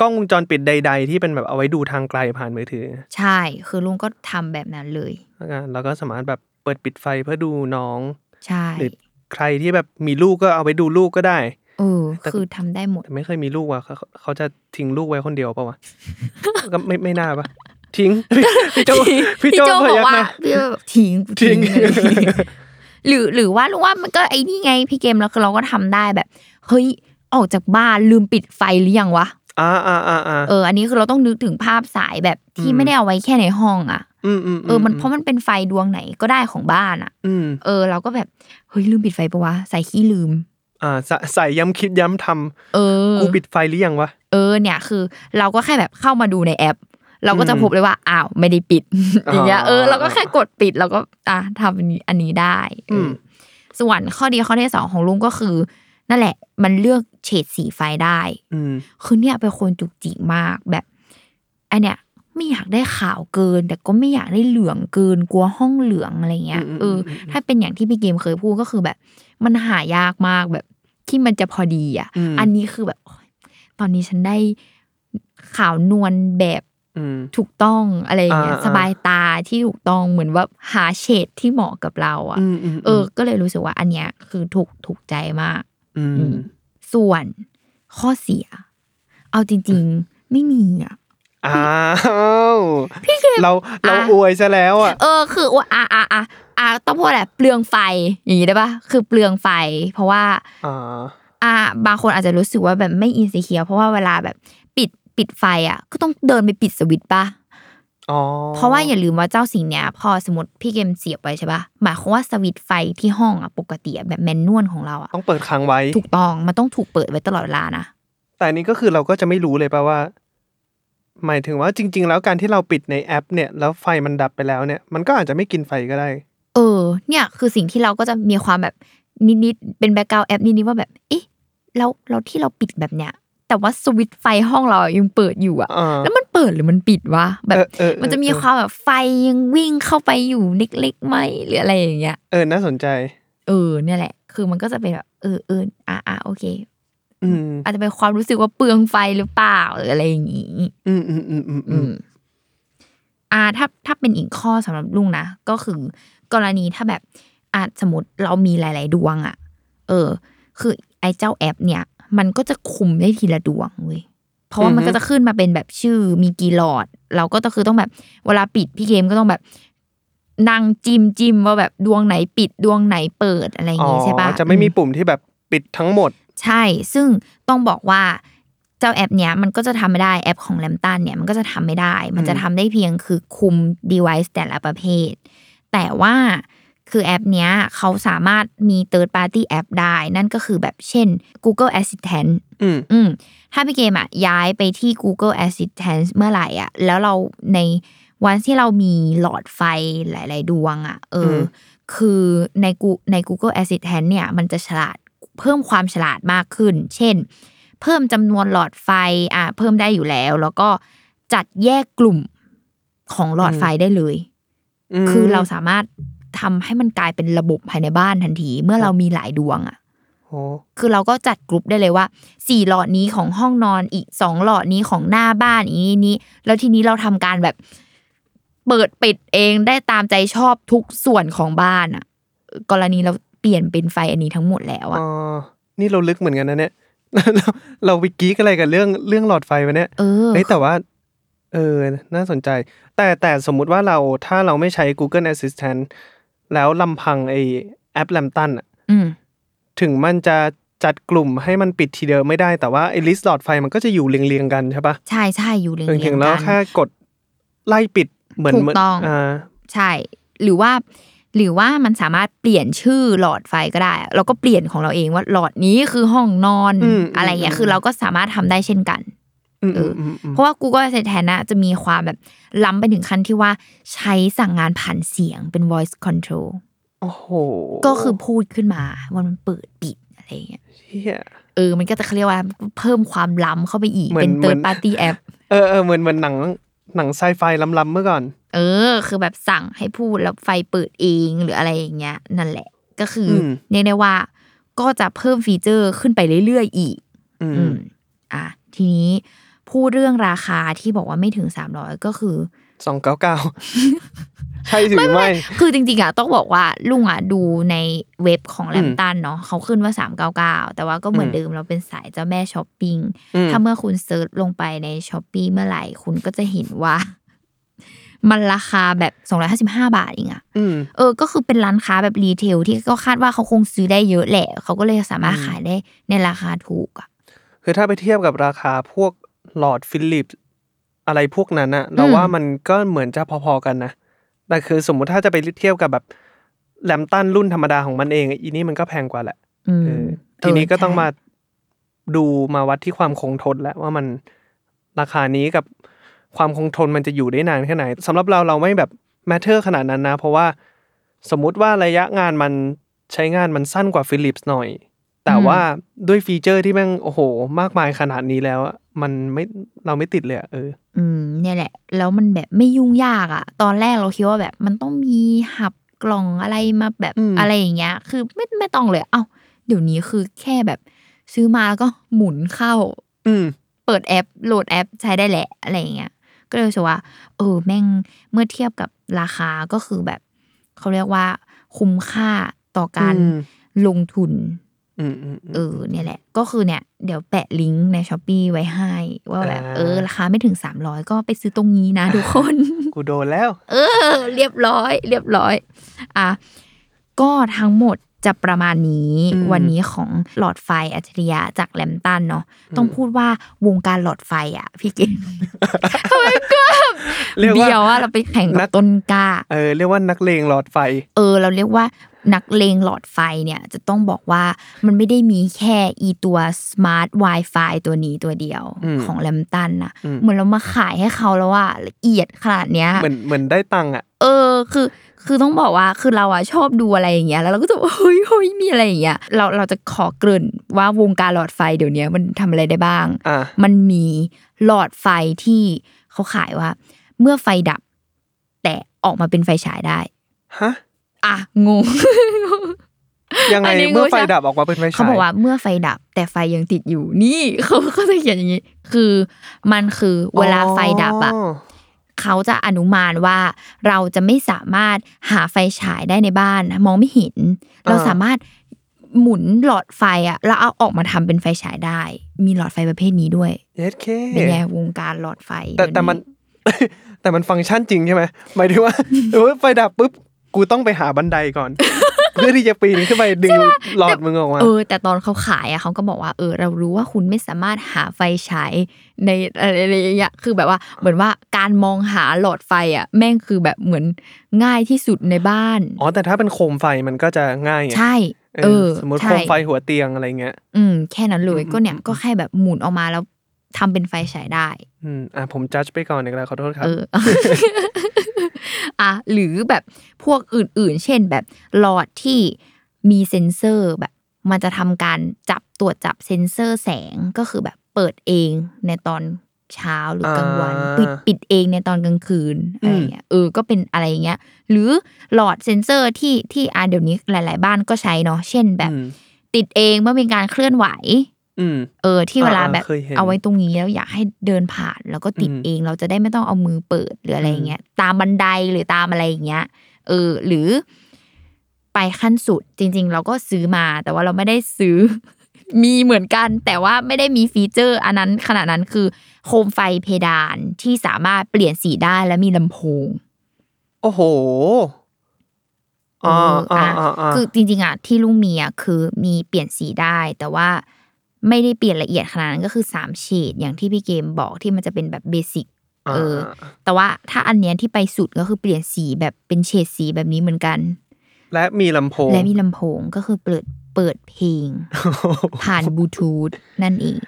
กล้องวงจรปิดใด ๆ ที่เป็นแบบเอาไว้ดูทางไกลผ่านมือถือ ใช่ คือลุงก็ทำแบบนั้นเลย แล้วกันเราก็สามารถแบบเปิดปิดไฟเพื่อดูน้อง ใช่ หรือ ใครที่แบบมีลูกก็เอาไว้ดูลูกก็ได้ เออ แต่ คือทำได้หมด แต่ไม่เคยมีลูกว่ะเขาเขาจะทิ้งลูกไว้คนเดียวปะ (laughs) วะ ก็ไม่ไม่น่าปะทิ้ง พี่โจ (laughs) พี่โจ บ พ อก ยัก ว่า นะ พี่โจบอกทิ้ง ทิ้ง อะไรอย่างเงี้ยหรือหรือว่ารู้ว่ามันก็ไอ้นี่ไงพี่เกมแล้วคือเราก็ทำได้แบบ เฮ้ยออกจากบ้านลืมปิดไฟหรือยังวะ อ่าอ่าอ่าอ่า เอออันนี้คือเราต้องนึกถึงภาพสายแบบที่ อืม ไม่ได้เอาไว้แค่ในห้องอ่ะ อืมอืม เออมันเพราะมันเป็นไฟดวงไหนก็ได้ของบ้านอ่ะ อืม เออ เราก็แบบเฮ้ยลืมปิดไฟปะวะใส่ขี้ลืม อ่าใส่ใส่ย้ำคิดย้ำท เออ ำกูปิดไฟหรือยังวะ เออเนี่ยคือเราก็แค่แบบเข้ามาดูในแอป เราก็จะ อืม พบเลยว่าอ้าวไม่ได้ (laughs) ปิด อ๋อ อ อย่าง เงี้ยเออเราก็แค่กดปิดเราก็อ่ะทำอันนี้อันนี้ได้เออ ม ส่วนข้อดีข้อที่สองของลุงก็คือ นั่นแหละมันเลือกเฉดสีไฟได้ อืม คือเนี่ยเป็นคนจุกจิกมากแบบอันเนี้ยไม่อยากได้ขาวเกิน แต่ก็ไม่อยากได้เหลืองเกินกลัวห้องเหลืองอะไรเงี้ย อืมอืม เอออ ม ถ้าเป็นอย่างที่พี่เกมเคยพูดก็คือแบบ มันหายากมากแบบที่มันจะพอดีอ่ะ ม อันนี้คือแบบโอ๊ยตอนนี้ฉันได้ขาวนวลแบบ อืม ถูกต้องอะไรอย่างเงี้ย อ่าอ่า สบายตาที่ถูกต้องเหมือนว่าหาเฉดที่เหมาะกับเราอ่ะ อืมม เออ ก็เลยรู้สึกว่าอันเนี้ยคือถูกถูกใจมาก อื อื ม ม ส่วนข้อเสีย เอาจริง ๆ ไม่มีอ่ะ อ้าวพี่เกเราเรา อ่ะ อวยซะแล้วอ่ะ เออ คือว่าอ่ะอ่ะอ่ะอ่ะต้องพูดแหละเปลืองไฟอย่างงี้ได้ปะคือเปลืองไฟ เพราะว่า อ่า อ่าบางคนอาจจะรู้สึกว่าแบบไม่อินสิเคียเพราะว่าเวลาแบบปิดปิดไฟอ่ะ ก็ต้องเดินไปปิดสวิตช์ปะ อ๋อ เพราะว่าอย่าลืมว่าเจ้าสิ่งเนี้ยพอสมมติพี่เกมเสียบไว้ใช่ปะหมายความว่าสวิตช์ไฟที่ห้องอ่ะปกติอะแบบแมนนวลของเราอ่ะ ต้องเปิดค้างไว้ ถูกต้องมันต้องถูกเปิดไว้ตลอดเวลานะ แต่อันนี้ก็คือเราก็จะไม่รู้เลยป่ะว่า หมายถึงว่าจริง ๆ แล้วการที่เราปิดในแอป เนี่ย แล้วไฟมันดับไปแล้วเนี่ย มันก็อาจจะไม่กินไฟก็ได้ เออ เนี่ยคือสิ่งที่เราก็จะมีความแบบนิดๆเป็นแบ็กกราวแอปนิดๆว่าแบบเอ๊ะเราเราที่เราปิดแบบเนี้ยแต่ว่าสวิตช์ไฟห้องเราอะยังเปิดอยู่อ่ะ อ่า แล้วมันเปิดหรือมันปิดวะแบบ เออเออเออ มันจะมี เออ ความแบบไฟยังวิ่งเข้าไปอยู่เล็กๆไหมหรืออะไรอย่างเงี้ย เออน่าสนใจ เออเนี่ยแหละ คือมันก็จะเป็นแบบเออเอออ่ะอ่ะโอเค อืม อาจจะเป็นความรู้สึกว่าเปลืองไฟหรือเปล่าหรืออะไรอย่างงี้ อืมอืมอืมอืม อืม อ่าถ้าถ้าเป็นอีกข้อสำหรับลุงนะก็คือ กรณีถ้าแบบอาจสมมติเรามีหลาย ๆ ดวงอะเออ คือไอ้เจ้าแอป เนี่ย มันก็จะคุมได้ทีละดวงเว้ยเพราะว่ามันก็จะขึ้นมาเป็นแบบชื่อมีกี่หลอด เราก็ต้องคือต้องแบบ เวลาปิดพี่เกมก็ต้องแบบนั่งจิมจิมว่าแบบดวงไหนปิดดวงไหนเปิดอะไรอย่าง อ๋อ งี้ใช่ปะ จะไม่มีปุ่มที่แบบปิดทั้งหมด ใช่ ซึ่งต้องบอกว่าเจ้าแอปเนี้ยมันก็จะทำไม่ได้แอปของแลมตันเนี่ยมันก็จะทำไม่ได้ มันจะทำได้เพียงคือคุม device แต่ละประเภท แต่ว่าคือแอปเนี้ยเขาสามารถมี third party app ได้ นั่นก็คือแบบเช่น Google Assistant อืม อืมถ้าพี่เกมอะย้ายไปที่ Google Assistant เมื่อไหร่อ่ะ แล้วเราในวันที่เรามีหลอดไฟหลาย ๆ ดวงอ่ะ เอออ ม คือในกูใน Google Assistant เนี่ย มันจะฉลาดเพิ่มความฉลาดมากขึ้น เช่น เพิ่มจำนวนหลอดไฟอ่ะเพิ่มได้อยู่แล้ว แล้วก็จัดแยกกลุ่มของหลอดไฟได้เลย ม คือเราสามารถทำให้มันกลายเป็นระบบภายในบ้านทันที เมื่อเรามีหลายดวงอ่ะ โอ้ คือเราก็จัดกรุ๊ปได้เลยว่าสี่หลอดนี้ของห้องนอนอีกสองหลอดนี้ของหน้าบ้านอีกนี้นี้ แล้วทีนี้เราทำการแบบ เปิดปิดเองได้ตามใจชอบทุกส่วนของบ้านอ่ะ กรณีเราเปลี่ยนเป็นไฟอันนี้ทั้งหมดแล้วอ่ะ อ๋อนี่เราลึกเหมือนกันนะเนี่ย (laughs) เราเราไปกี้อะไรกับเรื่องเรื่องหลอดไฟวะเนี่ย เออ เอ้ยแต่ว่า เออ น่าสนใจ แต่แต่สมมุติว่าเราถ้าเราไม่ใช้ Google Assistant แล้วลำพังไอแอปแลมตันอะ อืม ถึงมันจะจัดกลุ่มให้มันปิดทีเดียวไม่ได้แต่ว่าไอลิสต์หลอดไฟมันก็จะอยู่เรียงๆกันใช่ปะ ใช่ใช่อยู่เรียง เรียงๆ ๆ แล้ว กัน แค่กดไล่ปิดเหมือน ถูก เหมืน ต้อง อ่า ใช่ หรือว่า หรือว่ามันสามารถเปลี่ยนชื่อหลอดไฟก็ได้อะเราก็เปลี่ยนของเราเองว่าหลอดนี้คือห้องนอนอะไรอย่างเงี้ยคือเราก็สามารถทำได้เช่นกัน อืม เอออื มม เพราะว่า Google Assistant นะจะมีความแบบล้ำไปถึงขั้นที่ว่าใช้สั่งงานผ่านเสียงเป็น voice control โอ้โห ก็คือพูดขึ้นมาว่ามันเปิดปิดอะไรอย่างเงี้ย เหี้ย เออมันก็จะเขาเรียกว่าเพิ่มความล้ำเข้าไปอีก เหมือน เป็น เหมื third อน party app เออเออเหมือนเหมือนหนังหนังไซไฟล้ำๆเมื่อก่อน เออ คือแบบสั่งให้พูดแล้วไฟเปิดเองหรืออะไรอย่างเงี้ย นั่นแหละก็คืออ ม เรียกได้ว่าก็จะเพิ่มฟีเจอร์ขึ้นไปเรื่อยๆอีก อืม อืมอ่ะทีนี้พูดเรื่องราคาที่บอกว่าไม่ถึง 300 ก็คือ สองเก้า (laughs) เก้าใช่หรือไม่ คือจริงๆอ่ะต้องบอกว่าลุงอ่ะดูในเว็บของแลมตันเนาะเขาขึ้นว่า 399 แต่ว่าก็เหมือน อืม เดิมเราเป็นสายเจ้าแม่ช้อปปิ อื้ ง ม ถ้าเมื่อคุณเซิร์ชลงไปในช้อปปีเมื่อไหร่คุณก็จะเห็นว่า (laughs) มันราคาแบบ 255 บาทเองอะ อืม เออ ก็คือเป็นร้านค้าแบบรีเทลที่ก็คาดว่าเขาคงซื้อได้เยอะแหละ เขาก็เลยสามารถขายได้ในราคาถูกอ่ะ คือถ้าไปเทียบกับราคาพวกหลอดฟิลิปส์อะไรพวกนั้นอะเรา อืม ว่ามันก็เหมือนจะพอๆกันนะแต่คือสมมุติถ้าจะไปเทียบกับแบบแลมตันรุ่นธรรมดาของมันเองอีนี่มันก็แพงกว่าแหละ อื เอ ม อทีนี้ก็ต้องมา เใช่ ดูมาวัดที่ความคงทนแล้วว่ามันราคานี้กับความคงทนมันจะอยู่ได้นานแค่ไหนสำหรับเราเราไม่แบบแมทเทอร์ขนาดนั้นนะ เพราะว่าสมมุติว่าระยะงานมันใช้งานมันสั้นกว่าฟิลิปส์หน่อย แต่ว่าด้วยฟีเจอร์ที่แม่งโอ้โห มากมายขนาดนี้แล้วอะมันไม่เราไม่ติดเลยอะเออ อืมเนี่ยแหละ แล้วมันแบบไม่ยุ่งยากอ่ะ ตอนแรกเราคิดว่าแบบ มันต้องมีหับกล่องอะไรมาแบบ อืม อะไรอย่างเงี้ย คือไม่ไม่ต้องเลย เอ้า เดี๋ยวนี้คือแค่แบบซื้อมาแล้วก็หมุนเข้า อืม เปิดแอปโหลดแอปใช้ได้แหละอะไรอย่างเงี้ย ก็เลยรู้สึกว่า เออแม่งเมื่อเทียบกับราคาก็คือแบบ เขาเรียกว่าคุ้มค่าต่อการ อืม ลงทุน อืมอืมอืม เออเนี่ยแหละ ก็คือเนี่ย เดี๋ยวแปะลิงก์ในช้อปปีไว้ให้ ว่าแบบ อ่า เออ ราคาไม่ถึง 300 ก็ไปซื้อตรงนี้ (laughs) นะทุกคน กูโดนแล้ว เออ เรียบร้อย เรียบร้อย อ่ะ ก็ทั้งหมดจะประมาณนี้ อืม วันนี้ของหลอดไฟอัจฉริยะจากแลมตันเนาะต้อง อืม พูดว่าวงการหลอดไฟอ่ะ พี่เก่ง ทำไมก็แบบ เรียกว่า เดียวว่าเราไปแข่ง นั กับ ก ต้นกล้า เออเรียกว่านักเลงหลอดไฟ เออ เราเรียกว่านักเลงหลอดไฟเนี่ย จะต้องบอกว่ามันไม่ได้มีแค่อีตัว smart wifi ตัวนี้ตัวเดียว อืม ของแลมตันนะ อืม เหมือนเรามาขายให้เขาแล้วว่าละเอียดขนาดเนี้ย เหมือนเหมือนได้ตังค์อะ เออคือคือต้องบอกว่าคือเราอะชอบดูอะไรอย่างเงี้ยแล้วเราก็จะเฮ้ยเฮ้ยมีอะไรอย่างเงี้ยเราเราจะขอเกริ่นว่าวงการหลอดไฟเดี๋ยวเนี้ยมันทำอะไรได้บ้าง อ่ะ มันมีหลอดไฟที่เขาขายว่า เมื่อไฟดับ แต่ออกมาเป็นไฟฉายได้ ฮะ อ่ะงง ยังไง อันนี้ เมื่อไฟ งูใช่ ดับออกมาเป็นไฟฉาย เขาบอกว่าเมื่อไฟดับแต่ไฟยังติดอยู่นี่ (laughs) เขาเขาจะเขียนอย่างนี้ คือมันคือเวลาไฟดับอะ เขาจะอนุมานว่าเราจะไม่สามารถหาไฟฉายได้ในบ้านมองไม่เห็น เราสามารถหมุนหลอดไฟอะแล้วเอาออกมาทำเป็นไฟฉายได้ มีหลอดไฟประเภทนี้ด้วย เย็ดเค เป็นไงวงการหลอดไฟ แต่ เดี๋ยว แต่มัน แต่มันฟังก์ชันจริงใช่ไหมหมายถึง (laughs) ว่า เออไฟดับปุ๊บกูต้องไปหาบันไดก่อน เพื่อที่จะปีนขึ้นไปดึงหลอดมึงออกมา เออ แต่ตอนเขาขายอะเขาก็บอกว่าเออ เรารู้ว่าคุณไม่สามารถหาไฟฉายในอะไรอย่างเงี้ยคือแบบว่าเหมือนว่าการมองหาหลอดไฟอะแม่งคือแบบเหมือนง่ายที่สุดในบ้าน อ๋อแต่ถ้าเป็นโคมไฟมันก็จะง่ายไง ใช่เออ สมมติ ใช่ โคมไฟหัวเตียงอะไรเงี้ย อืมแค่นั้นเลย อืม ก็เนี่ย อืม ก็แค่แบบหมุนออกมาแล้วทำเป็นไฟฉายได้ อืมอ่ะผมจัดไปก่อนอีกแล้วขอโทษครับ เอ (laughs) อ อ่ะหรือแบบพวกอื่นๆ เช่นแบบหลอดที่มีเซ็นเซอร์แบบ มันจะทำการจับตรวจจับเซ็นเซอร์แสงก็คือแบบเปิดเองในตอน เช้าหรือกลางวัน อ่า ปิดปิดเองในตอนกลางคืนอะไรอย่างเงี้ยเออก็เป็นอะไรอย่างเงี้ย หรือหลอดเซ็นเซอร์ที่ที่อ่าเดี๋ยวนี้หลาย ๆ บ้านก็ใช้เนาะเช่นแบบ อืม ติดเองเมื่อเป็นการเคลื่อนไหว อืม เออที่เวลา อ่าๆ แบบ เคยเห็น เอาไว้ตรงนี้แล้วอยากให้เดินผ่านแล้วก็ติด อืม เองเราจะได้ไม่ต้องเอามือเปิดหรืออะไรอย่างเงี้ยตามบันไดหรือตามอะไรอย่างเงี้ยเออ หรือ ไปขั้นสุดจริง ๆ เราก็ซื้อมา แต่ว่าเราไม่ได้ซื้อ มีเหมือนกัน แต่ว่าไม่ได้มีฟีเจอร์ อันนั้นขณะนั้นคือโคมไฟเพดานที่สามารถเปลี่ยนสีได้และมีลำโพง โอ้โห เอ อ่า อ อ่า อ่ะ อ่าอ่า คือจริงๆอ่ะที่ลุงมีอ่ะคือมีเปลี่ยนสีได้ แต่ว่าไม่ได้เปลี่ยนละเอียดขนาดนั้นก็คือสามเฉดอย่างที่พี่เกมบอกที่มันจะเป็นแบบเบสิกเออ แต่ว่าถ้าอันเนี้ยที่ไปสุดก็คือเปลี่ยนสีแบบเป็นเฉดสีแบบนี้เหมือนกัน และมีลำโพง และมีลำโพงก็คือเปิดเปิดเพล (laughs) ง ผ่านบลูทูธนั่นเอง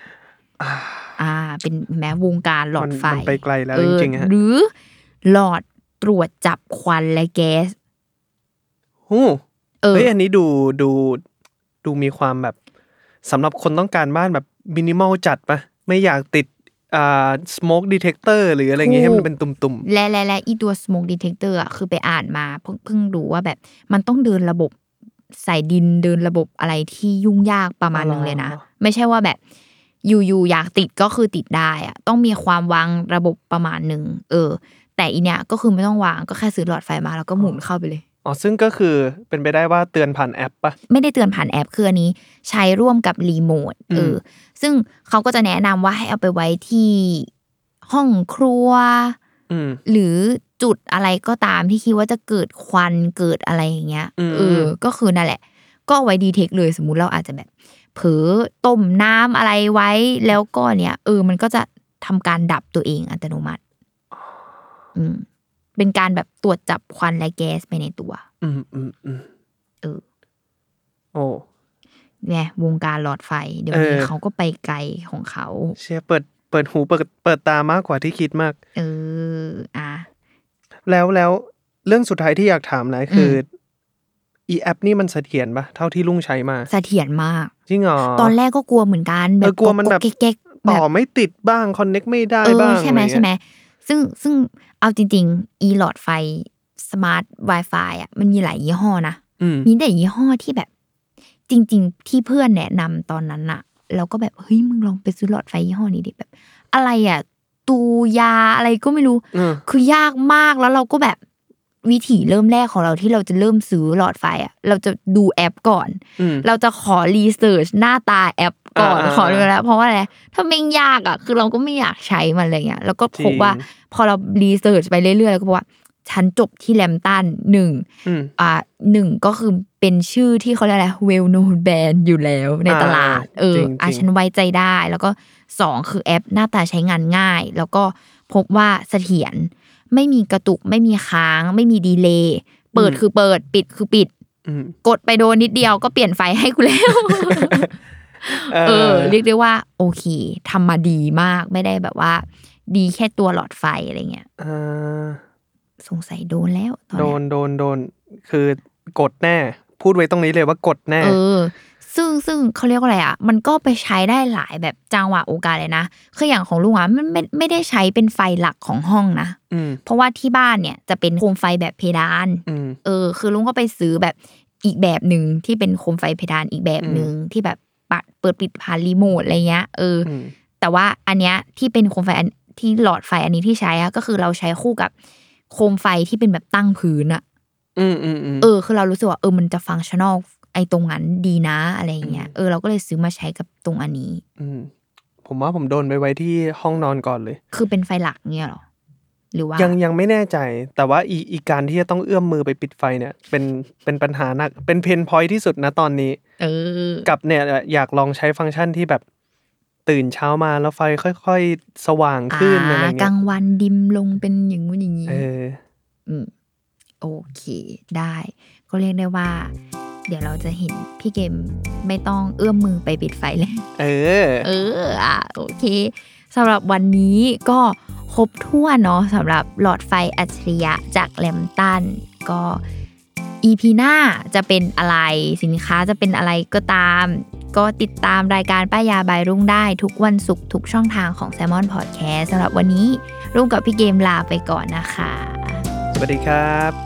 อ่า เป็นแม้วงการหลอดไฟ มันมันไปไกลแล้ว เออ จริงๆฮะ หรือหลอดตรวจจับควันและแก๊ส โอ้ เออ เฮ้ยอันนี้ดูดูดูมีความแบบสำหรับคนต้องการบ้านแบบมินิมอลจัดปะไม่อยากติดอ่าสโมกดีเทคเตอร์หรืออะไรอย่างเงี้ยให้มันเป็นตุ่ม และและและอีตัว smoke detector อ่ะคือไปอ่านมาเพิ่งเพิ่งรู้ว่าแบบมันต้องเดินระบบใส่ดินเดินระบบอะไรที่ยุ่งยากประมาณหนึ่งเลยนะ ไม่ใช่ว่าแบบอยู่ๆอยากติดก็คือติดได้อ่ะต้องมีความวางระบบประมาณหนึ่งเออ แต่อีเนี้ยก็คือไม่ต้องวางก็แค่ซื้อหลอดไฟมาแล้วก็หมุนเข้าไปเลย ๆ อ๋อ ซึ่งก็คือเป็นไปได้ว่าเตือนผ่านแอปปะ ไม่ได้เตือนผ่านแอปคืออันนี้ ใช้ร่วมกับรีโมท อืม เออซึ่งเขาก็จะแนะนำว่าให้เอาไปไว้ที่ห้องครัว อืม หรือจุดอะไรก็ตามที่คิดว่าจะเกิดควันเกิดอะไรอย่างเงี้ย อืม เออก็คือนั่นแหละ ก็เอาไว้ดีเทคเลยสมมุติเราอาจจะแบบ เผลอต้มน้ำอะไรไว้แล้วก็เนี่ย เออ มันก็จะทำการดับตัวเองอัตโนมัติ อืม เป็นการแบบตรวจจับควันและแก๊สไปในตัว อืมอืมอืม เออ โอ้ เนี่ยวงการหลอดไฟ เดี๋ยวนี้ เออ เขาก็ไปไกลของเขา เชียเปิดเปิดหูเปิดเปิดตามากกว่าที่คิดมาก เออ อ่ะ แล้วแล้วเรื่องสุดท้ายที่อยากถามนะคือออีแอปนี่มันเสถียรปะเท่าที่ลุงใช้มา เสถียรมาก จริงเหรอ ตอนแรกก็กลัวเหมือนกันแบ เอบ อกลัวมันแบบ ก๊กๆก๊กๆแบบ ต่อไม่ติดบ้างคอนเน็กไม่ได้ เออ บ้าง ใช่ไหม อะรเงี้ย ใช่ไหมซึ่งซึ่งเอาจริง ๆ อีหลอดไฟสมาร์ท Wi-Fi อ่ะมันมีหลายยี่ห้อนะ อืม มีแต่ยี่ห้อที่แบบ จริง ๆ ที่เพื่อนแนะนำตอนนั้นอะแล้วก็แบบ เฮ้ย มึงลองไปซื้อหลอดไฟยี่ห้อนี้ดิแบบ อะไรอ่ะ ตูยาอะไรก็ไม่รู้ เออ คือยากมากแล้วเราก็แบบวิถีเริ่มแรกของเราที่เราจะเริ่มซื้อหลอดไฟอ่ะเราจะดูแอปก่อน อืม เราจะขอรีเสิร์ชหน้าตาแอปก่อน อ่า ขอดูแล้ว เพราะว่าอะไรถ้าไม่ยากอ่ะ คือเราก็ไม่อยากใช้มันอะไรเงี้ยแล้วก็พบว่า จริ พอเรารีเสิร์ชไปเรื่อยๆแล้วก็บอกว่า ฉันจบที่แลมตันหนึ่ง อืม อ่าหนึ่งก็คือเป็นชื่อที่เขาเรียกอะไรเวลโนนแบรนด์อยู่แล้วในตลาด อ่า เอจอริงๆ อ่ะฉันไว้ใจได้ แล้วก็สองคือแอปหน้าตาใช้งานง่าย แล้วก็พบว่าเสถียรไม่มีกระตุกไม่มีค้าง ไม่มีดีเลย์เปิดคือเปิดปิดคือปิด อืม กดไปโดนนิดเดียวก็เปลี่ยนไฟให้กูแล้ว เออ เรียกได้ว่า โอเคทำมาดีมากไม่ได้แบบว่า ดีแค่ตัวหลอดไฟอะไรเงี้ย อ่า สงสัยโดนแล้วตอน โดนเนี้ย โดนโดนคือกดแน่ พูดไว้ตรงนี้เลยว่ากดแน่ เออ ซึ่งซึ่งเขาเรียกว่าอะไรอ่ะ มันก็ไปใช้ได้หลายแบบจังหวะโอกาสเลยนะคืออย่างของลุงอ่ะมันไม่ไม่ได้ใช้เป็นไฟหลักของห้องนะ อืม เพราะว่าที่บ้านเนี่ยจะเป็นโคมไฟแบบเพดาน อืม เออคือลุงก็ไปซื้อแบบอีกแบบหนึ่งที่เป็นโคมไฟเพดานอีกแบบหนึ่งที่แบบปัดเปิดปิดผ่านรีโมทอะไรเงี้ยเอออ ม แต่ว่าอันเนี้ยที่เป็นโคมไฟอันที่หลอดไฟอันนี้ที่ใช้อะก็คือเราใช้คู่กับโคมไฟที่เป็นแบบตั้งพื้นอะ อืมอืมอืม เออคือเรารู้สึกว่าเออมันจะฟังชั่นอลไอ้ตรงนั้นดีนะอะไรเงี้ยเออเราก็เลยซื้อมาใช้กับตรงอันนี้ มผมว่าผมโดนไปไว้ที่ห้องนอนก่อนเลย คือเป็นไฟหลักเงี้ยเหรอหรือว่า ยังยังไม่แน่ใจ แต่ว่าอีอีการที่จะต้องเอื้อมมือไปปิดไฟเนี่ย เป็นเป็นปัญหาหนัก เป็นเพนพอยที่สุดนะตอนนี้ เออ กับเนี่ยอยากลองใช้ฟังก์ชันที่แบบตื่นเช้ามาแล้วไฟค่อย ๆ สว่างขึ้นอะไร ก เงี้ ลาย งวันดิมลงเป็นอย่างงู้นอย่างนี้ เออ อืมโอเคได้ ก็เรียกได้ว่า เดี๋ยวเราจะเห็นพี่เกมไม่ต้องเอื้อมมือไปปิดไฟแล้ว เออ เอออ่ะโอเคสำหรับวันนี้ก็ครบถ้วนเนาะสำหรับหลอดไฟอัจฉริยะจากแลมตัน ก็ EP หน้าจะเป็นอะไรสินค้าจะเป็นอะไรก็ตาม ก็ติดตามรายการป้ายยาบายรุ่งได้ทุกวันศุกร์ทุกช่องทางของ s ซ l m o n Podcast สำหรับวันนี้รุ่งกับพี่เกมลาไปก่อนนะคะ สวัสดีครับ